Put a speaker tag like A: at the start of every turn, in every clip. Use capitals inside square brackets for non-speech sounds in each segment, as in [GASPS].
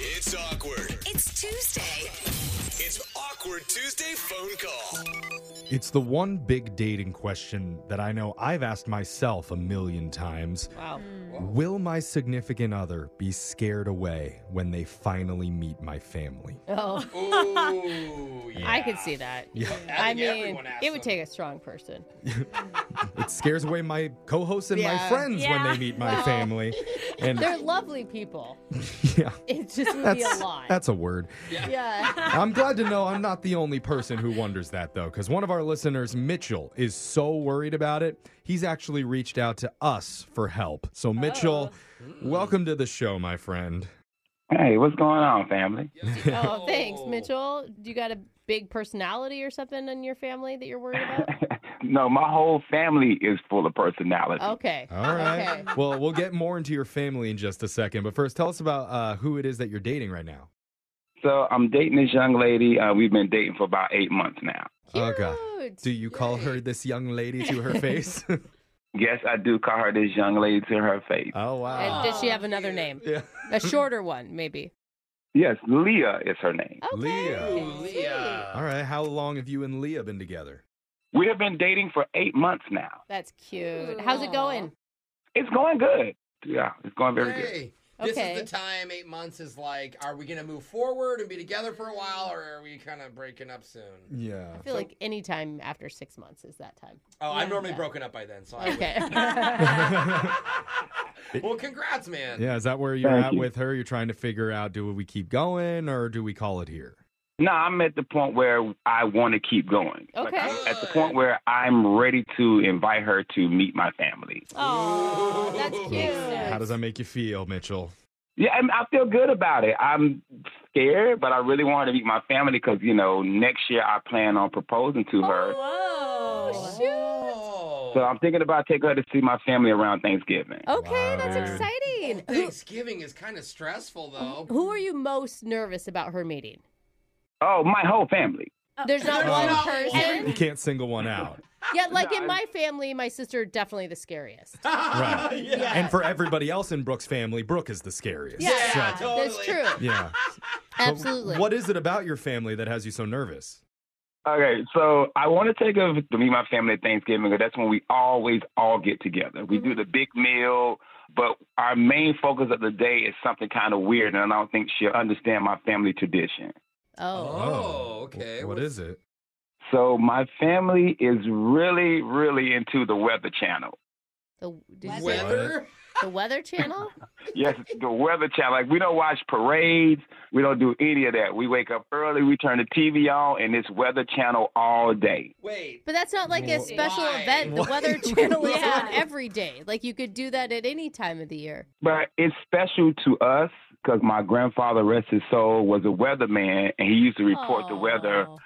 A: It's awkward.
B: It's Tuesday.
A: It's awkward Tuesday phone call.
C: It's the one big dating question that I know I've asked myself a million times.
D: Wow.
C: Will my significant other be scared away when they finally meet my family?
D: Oh,
E: Ooh, yeah.
D: [LAUGHS] I could see that.
C: Yeah.
D: I,
E: think
D: mean,
E: everyone has
D: it would
E: them.
D: take a strong person.
C: It scares away my co hosts and my
D: Yeah.
C: friends when
F: Yeah.
C: they meet my
D: [LAUGHS]
C: family.
E: [LAUGHS]
C: And
D: They're lovely people.
C: [LAUGHS] yeah, [LAUGHS]
D: It just would be a
C: that's,
D: lot.
C: that's a word.
E: [LAUGHS]
D: yeah.
C: I'm glad to know I'm not the only person who wonders that, though, because one of our listeners, Mitchell, is so worried about it. He's actually reached out to us for help. So, Mitchell,
D: Oh.
C: welcome to the show, my friend.
G: Hey, what's going on, family?
D: Oh, thanks, Mitchell. Do you got a big personality or something in your family that you're worried about?
E: [LAUGHS]
G: no, my whole family is full of personality.
D: Okay.
C: All right.
D: Oh, Okay.
C: Well, we'll get more into your family in just a second, but first, tell us about uh, who it is that you're dating right now.
G: So I'm dating this young lady. Uh, we've been dating for about eight months now.
C: Oh, God.
D: Cute.
C: Do you call her this young lady to
D: [LAUGHS]
C: her face? [LAUGHS]
G: Yes, I do call her this young lady to her face.
C: oh wow.
D: And does she have another name?
C: [LAUGHS] yeah.
D: A shorter one, maybe.
G: yes, Leah is her name.
D: Okay.
C: Leah.
E: Ooh, Leah.
C: All right. How long have you and Leah been together?
G: We have been dating for eight months now.
D: That's cute. How's it going?
G: It's going good. Yeah, it's going very good.
E: Hey, this
D: Okay.
E: is the time. Eight months is like, are we gonna move forward and be together for a while, or are we kind of breaking up soon?
C: Yeah.
D: [LAUGHS] I feel like any time after six months is that time.
E: Oh, I'm
F: Yeah.
E: normally broken up by then, so I
D: Okay.
E: [LAUGHS]
D: [LAUGHS]
E: win. well, congrats, man.
C: Yeah. Is that where you're
G: Thank
C: at
G: you.
C: with her? You're trying to figure out do we keep going or do we call it here?
G: No, I'm at the point where I want to keep going. Like,
D: Okay.
G: I'm at the point where I'm ready to invite her to meet my family.
D: Oh, that's
E: Ooh.
D: cute.
C: How does that make you feel, Mitchell?
G: Yeah, and I feel good about it. I'm scared, but I really want her to meet my family because you know next year I plan on proposing to her.
F: Whoa.
E: Oh.
G: So I'm thinking about taking her to see my family around Thanksgiving.
D: Okay,
C: Wow,
D: that's
C: dude.
D: exciting. Who,
E: Thanksgiving is kind of stressful, though.
D: who are you most nervous about her meeting?
G: Oh, my whole family.
D: There's not
E: There's
D: one
E: not
D: person.
C: You can't single one
D: [LAUGHS]
C: out.
D: Yeah, like in
G: No,
D: my family, my sister definitely the scariest.
C: Right.
E: yeah.
C: And for everybody else in Brooke's family, Brooke is the scariest.
D: Yeah,
E: Yeah,
D: that's
E: totally.
D: true.
C: Yeah. But
D: Absolutely.
C: What is it about your family that has you so nervous?
G: Okay, so I want to take her to meet my family at Thanksgiving because that's when we always all get together. We do the big meal, but our main focus of the day is something kind of weird, and I don't think she'll understand my family tradition.
D: oh,
E: Oh, okay.
C: What is it?
G: So my family is really, really into the Weather Channel.
D: the did you say
E: Weather?
D: the Weather Channel?
G: Yes, the weather channel. Like we don't watch parades. We don't do any of that. We wake up early. We turn the TV on, and it's weather channel all day.
E: Wait.
D: But that's not like a
C: Wh-
D: special
E: Why?
D: event. The
C: Why?
D: Weather Channel is
F: Yeah.
D: on every day. Like you could do that at any time of the year.
G: But it's special to us because my grandfather, rest his soul, was a weatherman, and he used to report the weather.
D: Aw,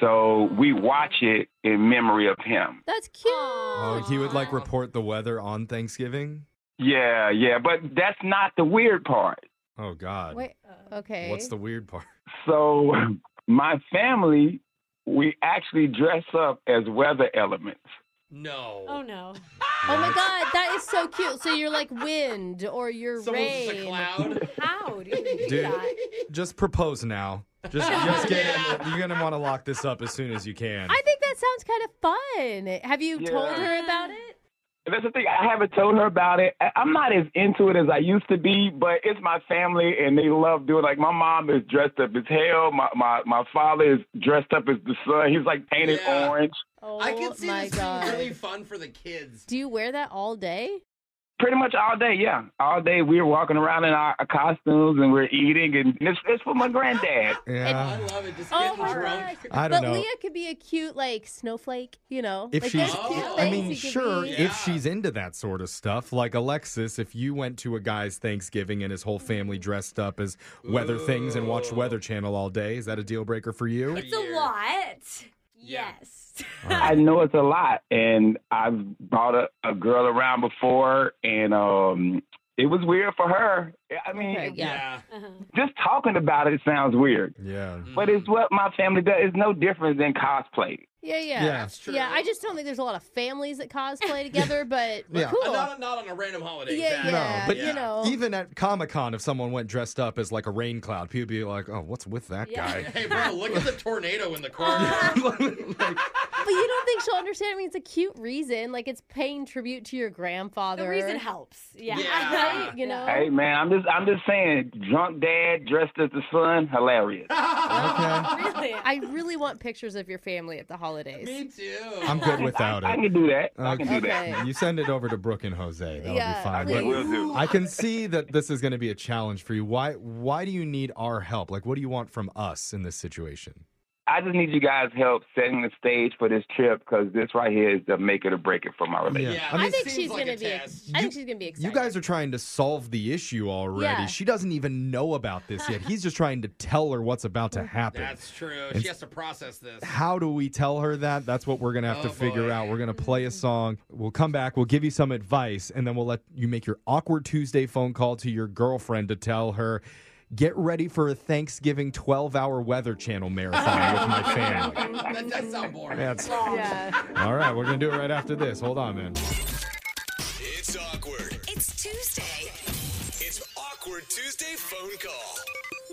G: So we watch it in memory of him.
D: That's cute.
C: Oh, he would
E: Ah.
C: like report the weather on Thanksgiving?
G: Yeah, yeah. But that's not the weird part.
C: Oh God.
D: Wait, eh? okay.
C: What's the weird part?
G: So [LAUGHS] my family, we actually dress up as weather elements.
E: No.
F: Oh no.
D: Oh my God, that is so cute. So you're like wind or you're
E: Someone's
D: rain.
E: just a cloud.
F: How do you do
C: Dude.
F: that?
C: Just propose now.
D: [LAUGHS]
C: Just just get in. You're gonna want to lock this up as soon as you can.
D: I think that sounds kind of fun. Have you
G: Yeah.
E: [LAUGHS]
D: told her about it?
G: And That's the thing. I haven't told her about it. I- I'm not as into it as I used to be, but it's my family and they love doing. Like my mom is dressed up as hell. My my my father is dressed up as the sun. He's like painted
E: Yeah.
G: orange.
D: Oh
E: I can see
D: my
E: this
D: God.
E: being really fun for the kids.
D: Do you wear that all day?
G: Pretty much all day, yeah, all day. We're walking around in our costumes and we're eating, and it's, it's for my granddad.
E: I
C: yeah.
E: love it. Just
D: Oh
E: getting
D: my
E: drunk.
C: I don't
D: but
C: know.
D: Leah could be a cute like snowflake, you know.
C: If
D: like,
C: she's,
D: there's cute
E: Oh.
C: I
D: things
C: mean,
D: you could
C: sure,
D: be.
E: Yeah.
C: if she's into that sort of stuff, like Alexis, if you went to a guy's Thanksgiving and his whole
D: Mm.
C: family dressed up as weather things and watched
E: Ooh.
C: Weather Channel all day, is that a deal breaker for you?
F: It's a lot.
E: Yeah.
F: Yes.
G: I know it's a lot, and I've brought a, a girl around before, and um, it was weird for her. I mean,
D: Okay, yeah.
E: Yeah.
F: Uh-huh.
G: just talking about it sounds weird.
C: Yeah.
G: But it's what my family does. It's no different than cosplay.
D: Yeah, yeah.
C: Yeah.
E: That's true.
D: Yeah, I just don't think there's a lot of families
C: [LAUGHS]
D: that cosplay together, but but
C: Yeah.
D: cool.
E: Uh, Not, not on a random holiday.
D: yeah,
E: exactly.
D: yeah,
C: but
D: you know.
C: [LAUGHS] Even at Comic Con, if someone went dressed up as like a rain cloud, people would be like, "Oh, what's with that
D: [LAUGHS]
F: Yeah.
C: guy?"
E: Hey, bro, look at the tornado in the
C: [LAUGHS]
E: corner.
C: Like,
D: but you don't think she'll understand. I mean, it's a cute reason. Like it's paying tribute to your grandfather.
F: The reason helps. Yeah. [LAUGHS]
E: Yeah.
D: Right, you know?
F: Oh.
G: [LAUGHS] Hey man, I'm just I'm just saying, drunk dad dressed as the son, hilarious.
C: okay,
F: Really.
D: I really want pictures of your family at the
E: [LAUGHS]
D: holidays.
E: Me too.
C: I'm good without
G: I
C: it.
G: can do that. I can do that.
D: Okay. [LAUGHS]
C: You send it over to Brooke and Jose. That'll
D: Yeah,
C: be fine.
G: I
D: please.
G: will do.
C: I can see that this is going to be a challenge for you. Why? Why do you need our help? Like, what do you want from us in this situation?
G: I just need you guys' help setting the stage for this trip because this right here is the make it or break it for my relationship.
C: Yeah.
E: Yeah,
C: I mean,
D: I think
E: seems
D: she's
E: like
D: gonna
E: a
D: be. ex-
E: test.
D: I think she's gonna be excited.
C: You guys are trying to solve the issue already.
D: Yeah.
C: She doesn't even know about this yet. He's just trying to tell her what's about
D: Mm-hmm.
C: to happen.
E: That's true.
C: It's-
E: She has to process this.
C: How do we tell her that? That's what we're going to have to
E: Oh,
C: figure
E: boy.
C: out. We're going to play a song. We'll come back. We'll give you some advice, and then we'll let you make your awkward Tuesday phone call to your girlfriend to tell her. Get ready for a Thanksgiving 12 hour weather channel marathon
E: [LAUGHS]
C: with my family.
E: [LAUGHS] That does sound boring.
C: [LAUGHS] That's-
D: Yeah.
C: All right, we're going to do it right after this. Hold on, man.
A: It's awkward.
B: It's Tuesday.
A: It's awkward Tuesday phone call.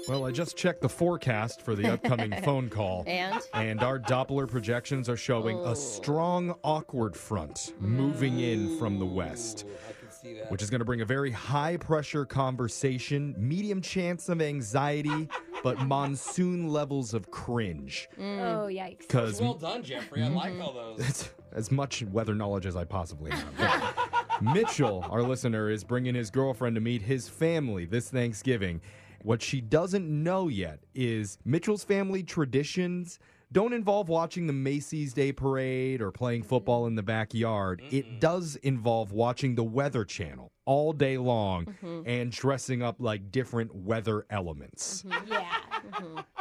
C: Well, I just checked the forecast for the upcoming phone call.
D: [LAUGHS] And
C: And our Doppler projections are showing
D: Oh.
C: a strong, awkward front moving in from the west,
E: I can see that.
C: which is going to bring a very high pressure conversation, medium chance of anxiety, but monsoon levels of cringe.
F: Oh, yikes.
C: Because
E: well done, Jeffrey. I
C: Mm-hmm.
E: like all those.
C: as much weather knowledge as I possibly have. But Mitchell, our listener, is bringing his girlfriend to meet his family this Thanksgiving. What she doesn't know yet is Mitchell's family traditions don't involve watching the Macy's Day Parade or playing football in the backyard. It does involve watching the Weather Channel all day long and dressing up like different weather elements.
F: Yeah.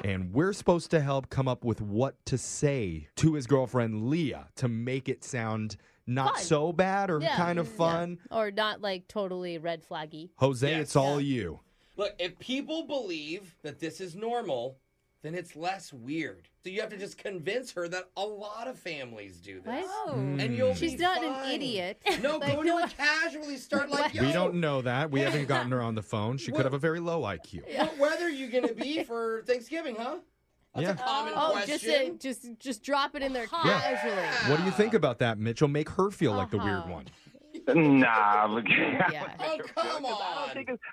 C: And we're supposed to help come up with what to say to his girlfriend Leah to make it sound not
D: Fun.
C: so bad or
D: Yeah,
C: kind of fun.
D: or not like totally red flaggy.
C: Jose,
E: Yes.
C: it's all you.
E: Look, if people believe that this is normal, then it's less weird. So you have to just convince her that a lot of families do this.
F: Oh.
C: Hmm.
E: And you'll
D: She's
E: be
D: not an
E: fine.
D: idiot.
E: [LAUGHS] No,
D: [LAUGHS] Like,
E: go to her casually. Start like, yo,
C: We don't know that. We
D: [LAUGHS]
C: haven't gotten her on the phone. She could have a very low IQ.
E: what weather are you going to be for Thanksgiving, huh? That's
C: Yeah.
E: a common
D: [LAUGHS] Oh,
E: question.
D: just uh, just just drop it in there
F: Yeah.
D: casually.
C: What do you think about that, Mitchell? Make her feel like the weird
D: Uh-huh.
C: one.
G: Nah, [LAUGHS] look.
D: Yeah.
E: Oh, come on.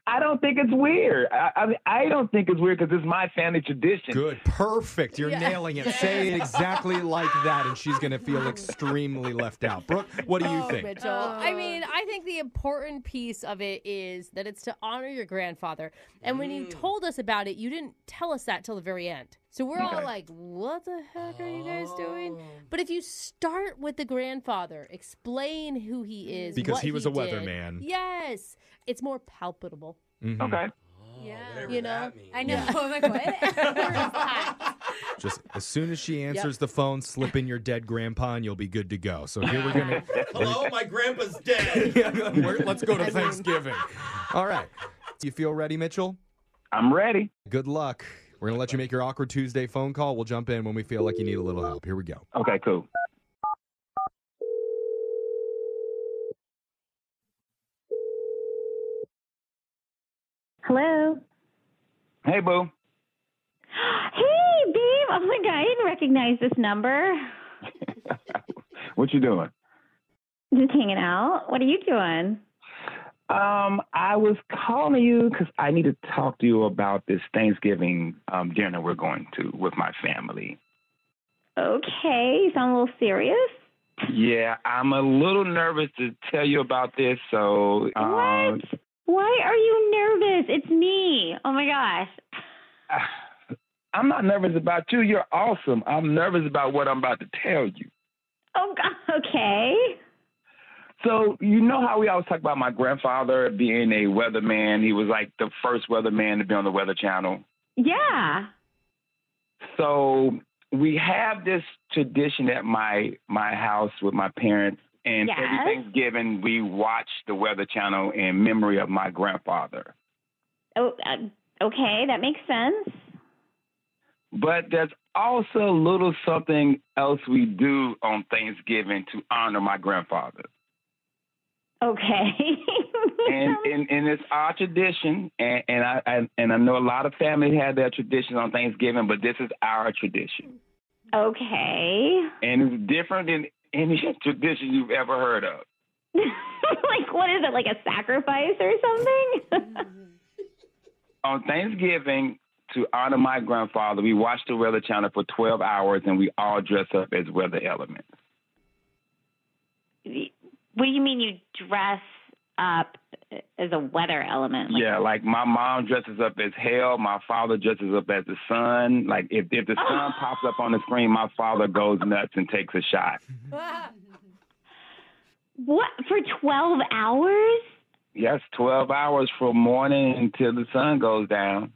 G: I don't think it's weird. I, I mean, I don't think it's weird because it's my family tradition.
C: Good. Perfect. You're
D: Yeah.
C: nailing it. Say it exactly like that, and she's going to feel extremely left out. Brooke, what do you
D: Oh,
C: think?
D: Mitchell. I mean, I think the important piece of it is that it's to honor your grandfather. And when you told us about it, you didn't tell us that till the very end. So we're all
G: Okay.
D: like, what the heck are you guys doing? But if you start with the grandfather, explain who he is.
C: Because
D: what
C: he was a
D: did.
C: weatherman.
D: Yes. It's more palpitable.
C: Mhm.
G: Okay.
F: Yeah.
E: Whatever
D: You
E: that
D: know,
E: means.
F: I know.
D: [LAUGHS]
F: I'm like, what?
C: Just as soon as she answers the phone, slip in your dead grandpa and you'll be good to go. So here we're going to.
D: [LAUGHS]
E: Hello, my grandpa's
C: [LAUGHS]
E: dead.
C: We're- let's go to
D: I mean-
C: Thanksgiving. [LAUGHS] All right. Do you feel ready, Mitchell?
G: I'm ready.
C: Good luck. We're going to let you make your awkward Tuesday phone call. We'll jump in when we feel like you need a little help. Here we go.
G: Okay, cool.
H: Hello.
G: Hey, boo.
H: Hey, babe. Oh my god, I didn't recognize this number.
G: What you doing?
H: Just hanging out. What are you doing?
G: Um, I was calling you because I need to talk to you about this Thanksgiving um, dinner we're going to with my family.
H: Okay, you sound a little serious.
G: Yeah, I'm a little nervous to tell you about this. So, um,
H: what? Why are you nervous? It's me. Oh my gosh.
G: I'm not nervous about you. You're awesome. I'm nervous about what I'm about to tell you.
H: Oh god. [LAUGHS] Okay.
G: So you know how we always talk about my grandfather being a weatherman. He was like the first weatherman to be on the Weather Channel.
H: Yeah.
G: So we have this tradition at my my house with my parents, and
H: Yes.
G: every Thanksgiving we watch the Weather Channel in memory of my grandfather.
H: Oh. Uh, okay, that makes sense.
G: But there's also a little something else we do on Thanksgiving to honor my grandfather.
H: Okay. [LAUGHS]
G: and, and and it's our tradition, and, and I, I and I know a lot of families have their traditions on Thanksgiving, but this is our tradition,
H: okay. [LAUGHS]
G: and it's different than any [LAUGHS] tradition you've ever heard of.
H: like, what is it? Like a sacrifice or something? [LAUGHS]
G: On Thanksgiving, to honor my grandfather, we watch the Weather Channel for 12 hours, and we all dress up as weather elements.
H: what do you mean you dress up as a weather element? Like,
G: yeah, like my mom dresses up as hell, my father dresses up as the sun. Like if if the sun pops up on the screen, my father goes nuts and takes a shot.
H: What? For 12 hours?
G: Yes, 12 hours from morning until the sun goes down.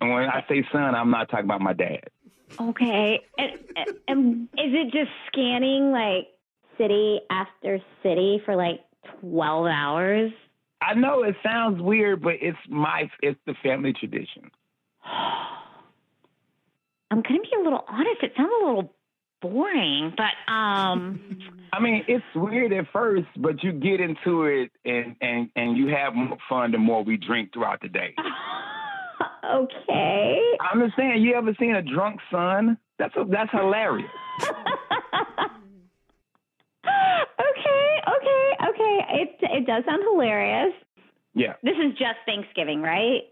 G: And when I say sun, I'm not talking about my dad.
H: Okay. And, and is it just scanning like city after city for like 12 hours?
G: I know it sounds weird, but it's my it's the family tradition.
H: I'm going to be a little honest. It sounds a little boring, but um [LAUGHS]
G: I mean, it's weird at first, but you get into it and and and you have more fun the more we drink throughout the day.
H: okay.
G: I'm just saying, you ever seen a drunk son? That's a, that's hilarious.
H: okay, okay, okay. It it does sound hilarious.
G: Yeah.
H: This is just Thanksgiving, right?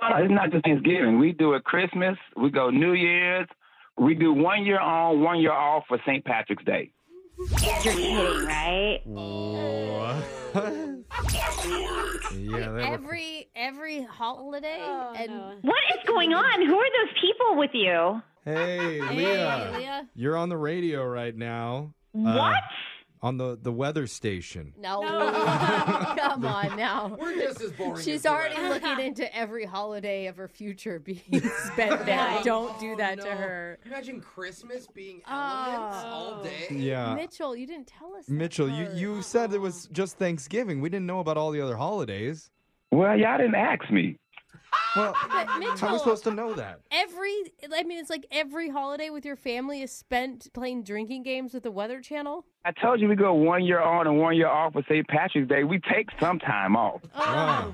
G: No, It's not just Thanksgiving. We do it Christmas. We go New Year's. We do one year on, one year off for St. Patrick's Day.
H: You're kidding, right?
C: yeah, they were-
D: Every every holiday and
H: What is going on? Who are those people with you?
C: Hey,
D: Hey,
C: Leah,
D: Leah.
C: you're on the radio right now. Uh,
H: What?
C: on the the weather station.
D: No, [LAUGHS]
C: [LAUGHS]
D: come on now.
E: We're just as boring. as
D: She's
E: the
D: already
E: rest.
D: looking [LAUGHS] into every holiday of her future [LAUGHS] being spent there. Don't do that to
E: No.
D: her. Ah.
E: Imagine Christmas being elements all day.
C: Yeah.
D: Mitchell, you didn't tell us. that
C: Uh, Mitchell, you,
D: part.
C: you said it was just Thanksgiving. We didn't know about all the other holidays.
G: Well, y'all didn't ask me.
C: Well,
D: But
C: how are we
D: Mitchell,
C: supposed to know that?
D: every I mean, it's like every holiday with your family is spent playing drinking games with the Weather Channel.
G: I told you we go one year on and one year off for St. Patrick's Day. We take some time off.
D: Oh.
C: Wow.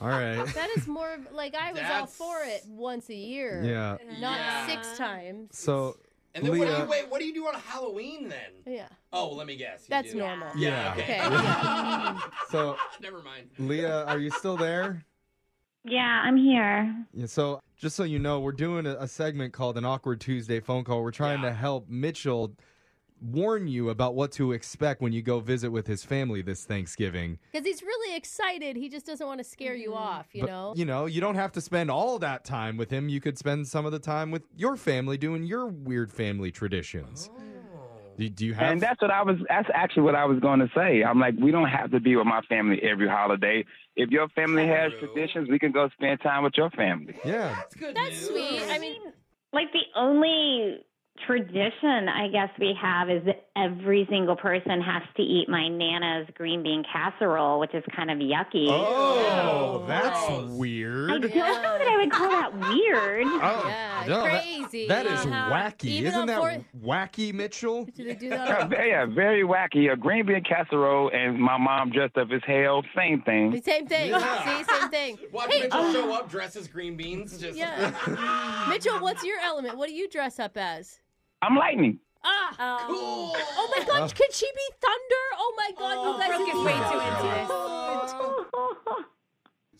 C: All right.
D: That is more of- like I was all
E: That's-
D: for it once a year.
C: Yeah.
D: Not
E: Yeah.
D: six times.
C: So,
E: And then what do
C: Leah.
E: you wait? What do you do on Halloween then?
D: Yeah.
E: Oh, let me guess. You
D: That's
E: do.
D: normal.
E: Yeah. Okay.
C: Yeah.
D: Okay. [LAUGHS] yeah.
C: so
E: Never mind.
C: Leah, are you still there?
H: Yeah, I'm here.
C: Yeah, so just so you know, we're doing a, a segment called an awkward Tuesday phone call. We're trying to help Mitchell warn you about what to expect when you go visit with his family this Thanksgiving.
D: Because he's really excited. He just doesn't want to scare you off, you
C: But,
D: know?
C: you know, you don't have to spend all that time with him. You could spend some of the time with your family doing your weird family traditions.
D: Oh.
C: Do, do you have?
G: And that's what I was. That's actually what I was going to say. I'm like, we don't have to be with my family every holiday. If your family has
E: True.
G: traditions, we can go spend time with your family.
C: yeah.
E: That's good.
D: That's
E: news.
D: sweet. I mean,
H: Like the only tradition I guess we have is that every single person has to eat my nana's green bean casserole, which is kind of yucky.
C: Oh, that's
E: Gross.
H: I
C: weird.
H: don't know that I would call that weird.
C: Oh,
D: Yeah,
C: no, that-
D: crazy.
C: that is
D: Uh-huh.
C: wacky.
D: Even
C: Isn't
D: on
C: that
D: Fourth-
C: wacky, Mitchell?
D: do they do that?
G: Yeah,
D: on-
G: ve- yeah, very wacky. A green bean casserole and my mom dressed up as hell. Same thing.
D: Same thing. See, same thing.
E: Watch Mitchell show up, dress as green beans. Just
D: uh, Yeah. Mitchell, what's your element? What do you dress up as?
G: I'm lightning.
D: Ah.
E: [LAUGHS] cool.
D: Oh my God!
C: Uh.
D: Could she be thunder? Oh my God! you guys
F: Brooke
D: would
F: is
D: be
F: way too into
D: so
F: this.
D: good.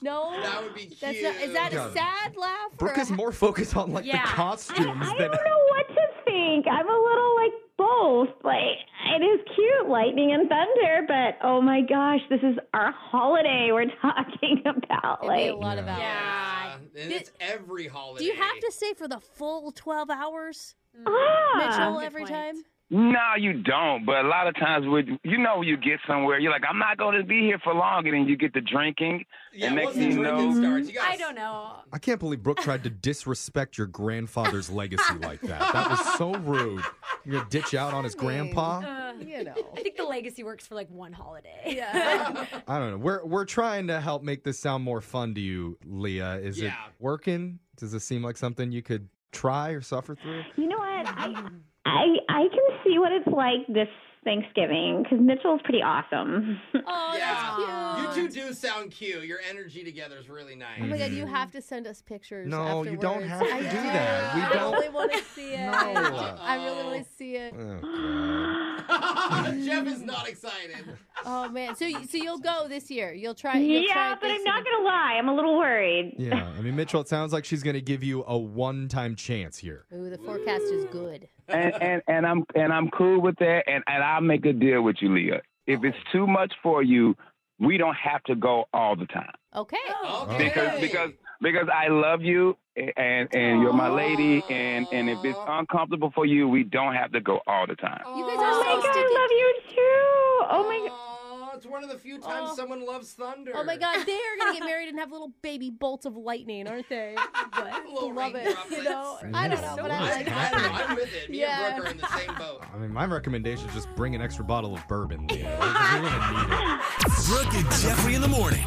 D: No,
E: That would be cute.
D: that's not. Is that a
C: God.
D: sad laugh? or
C: Brooke
D: a
C: is more focused on like
F: Yeah.
C: the
F: I-
C: costumes
H: I
C: than.
H: don't know what to think. I'm a little like both. Like it is cute, lightning and thunder, but oh my gosh, this is our holiday we're [LAUGHS] talking about.
D: It'd be
H: Like
D: a lot of hours.
E: Yeah, and it's every holiday.
D: Do you have to stay for the full twelve hours,
H: ah,
D: Mitchell,
F: Good
D: every
F: point.
D: time?
G: No, you don't. But a lot of times, with you know, you get somewhere, you're like, I'm not going to be here for long, and then you get to drinking.
E: Yeah,
G: and
E: once
G: next
E: the
G: thing you
E: drinking
G: know,
E: starts, you
F: I
E: gotta
F: don't know.
C: I can't believe Brooke tried to disrespect your grandfather's legacy like that. That was so rude. You're gonna ditch out on his grandpa?
F: Uh,
D: You know.
F: I think the legacy works for like one holiday. [LAUGHS]
D: Yeah.
H: Uh.
C: I don't know. We're we're trying to help make this sound more fun to you, Leah. Is it
E: Yeah.
C: working? Does this seem like something you could try or suffer through?
H: You know what? I I I can see what it's like this Thanksgiving because Mitchell's pretty awesome.
D: Oh,
E: Yeah.
D: that's
E: You
D: cute.
E: two do sound cute. Your energy together is really nice.
D: Oh my god, you have to send us pictures.
C: No, you don't
D: afterwards.
C: have to
D: I
C: do that. We
D: I
C: don't-
D: really want to see it.
C: [LAUGHS] No.
D: I really want to see it.
C: Oh, God.
E: [LAUGHS] Jeff is not excited.
D: Oh man, so you- so you'll go this year? You'll try? You'll
H: yeah,
D: try
H: but I'm not
D: Thanksgiving.
H: gonna lie. I'm a little worried.
C: Yeah, I mean, Mitchell, it sounds like she's going to give you a one time chance here.
D: Ooh, the forecast is good.
G: and, and and I'm and I'm cool with that, and and I'll make a deal with you, Leah. If it's too much for you, we don't have to go all the time
D: Okay.
E: Okay.
G: because because because I love you, and and you're my lady, and and if it's uncomfortable for you, we don't have to go all the time.
D: You guys
H: Oh
D: are
H: my
D: so
H: god,
D: sticky.
H: I love you too. Oh
E: [GASPS]
H: my god.
E: Aw, it's one of the few times
D: Oh.
E: someone loves thunder.
D: Oh my god, they are
H: [LAUGHS]
D: gonna get married and have little baby bolts of lightning,
E: [LAUGHS]
D: aren't they?
E: Little
D: love it.
E: raindrops.
D: You know, I don't know, but I
E: I,
D: like
E: I,
D: it.
E: am with it. Me
D: Yeah.
E: and Brooke are in the same boat.
C: I mean, my recommendation is just bring an extra bottle of bourbon, Leah. Like, 'cause you're gonna need it.
A: Brooke and Jeffrey in the morning.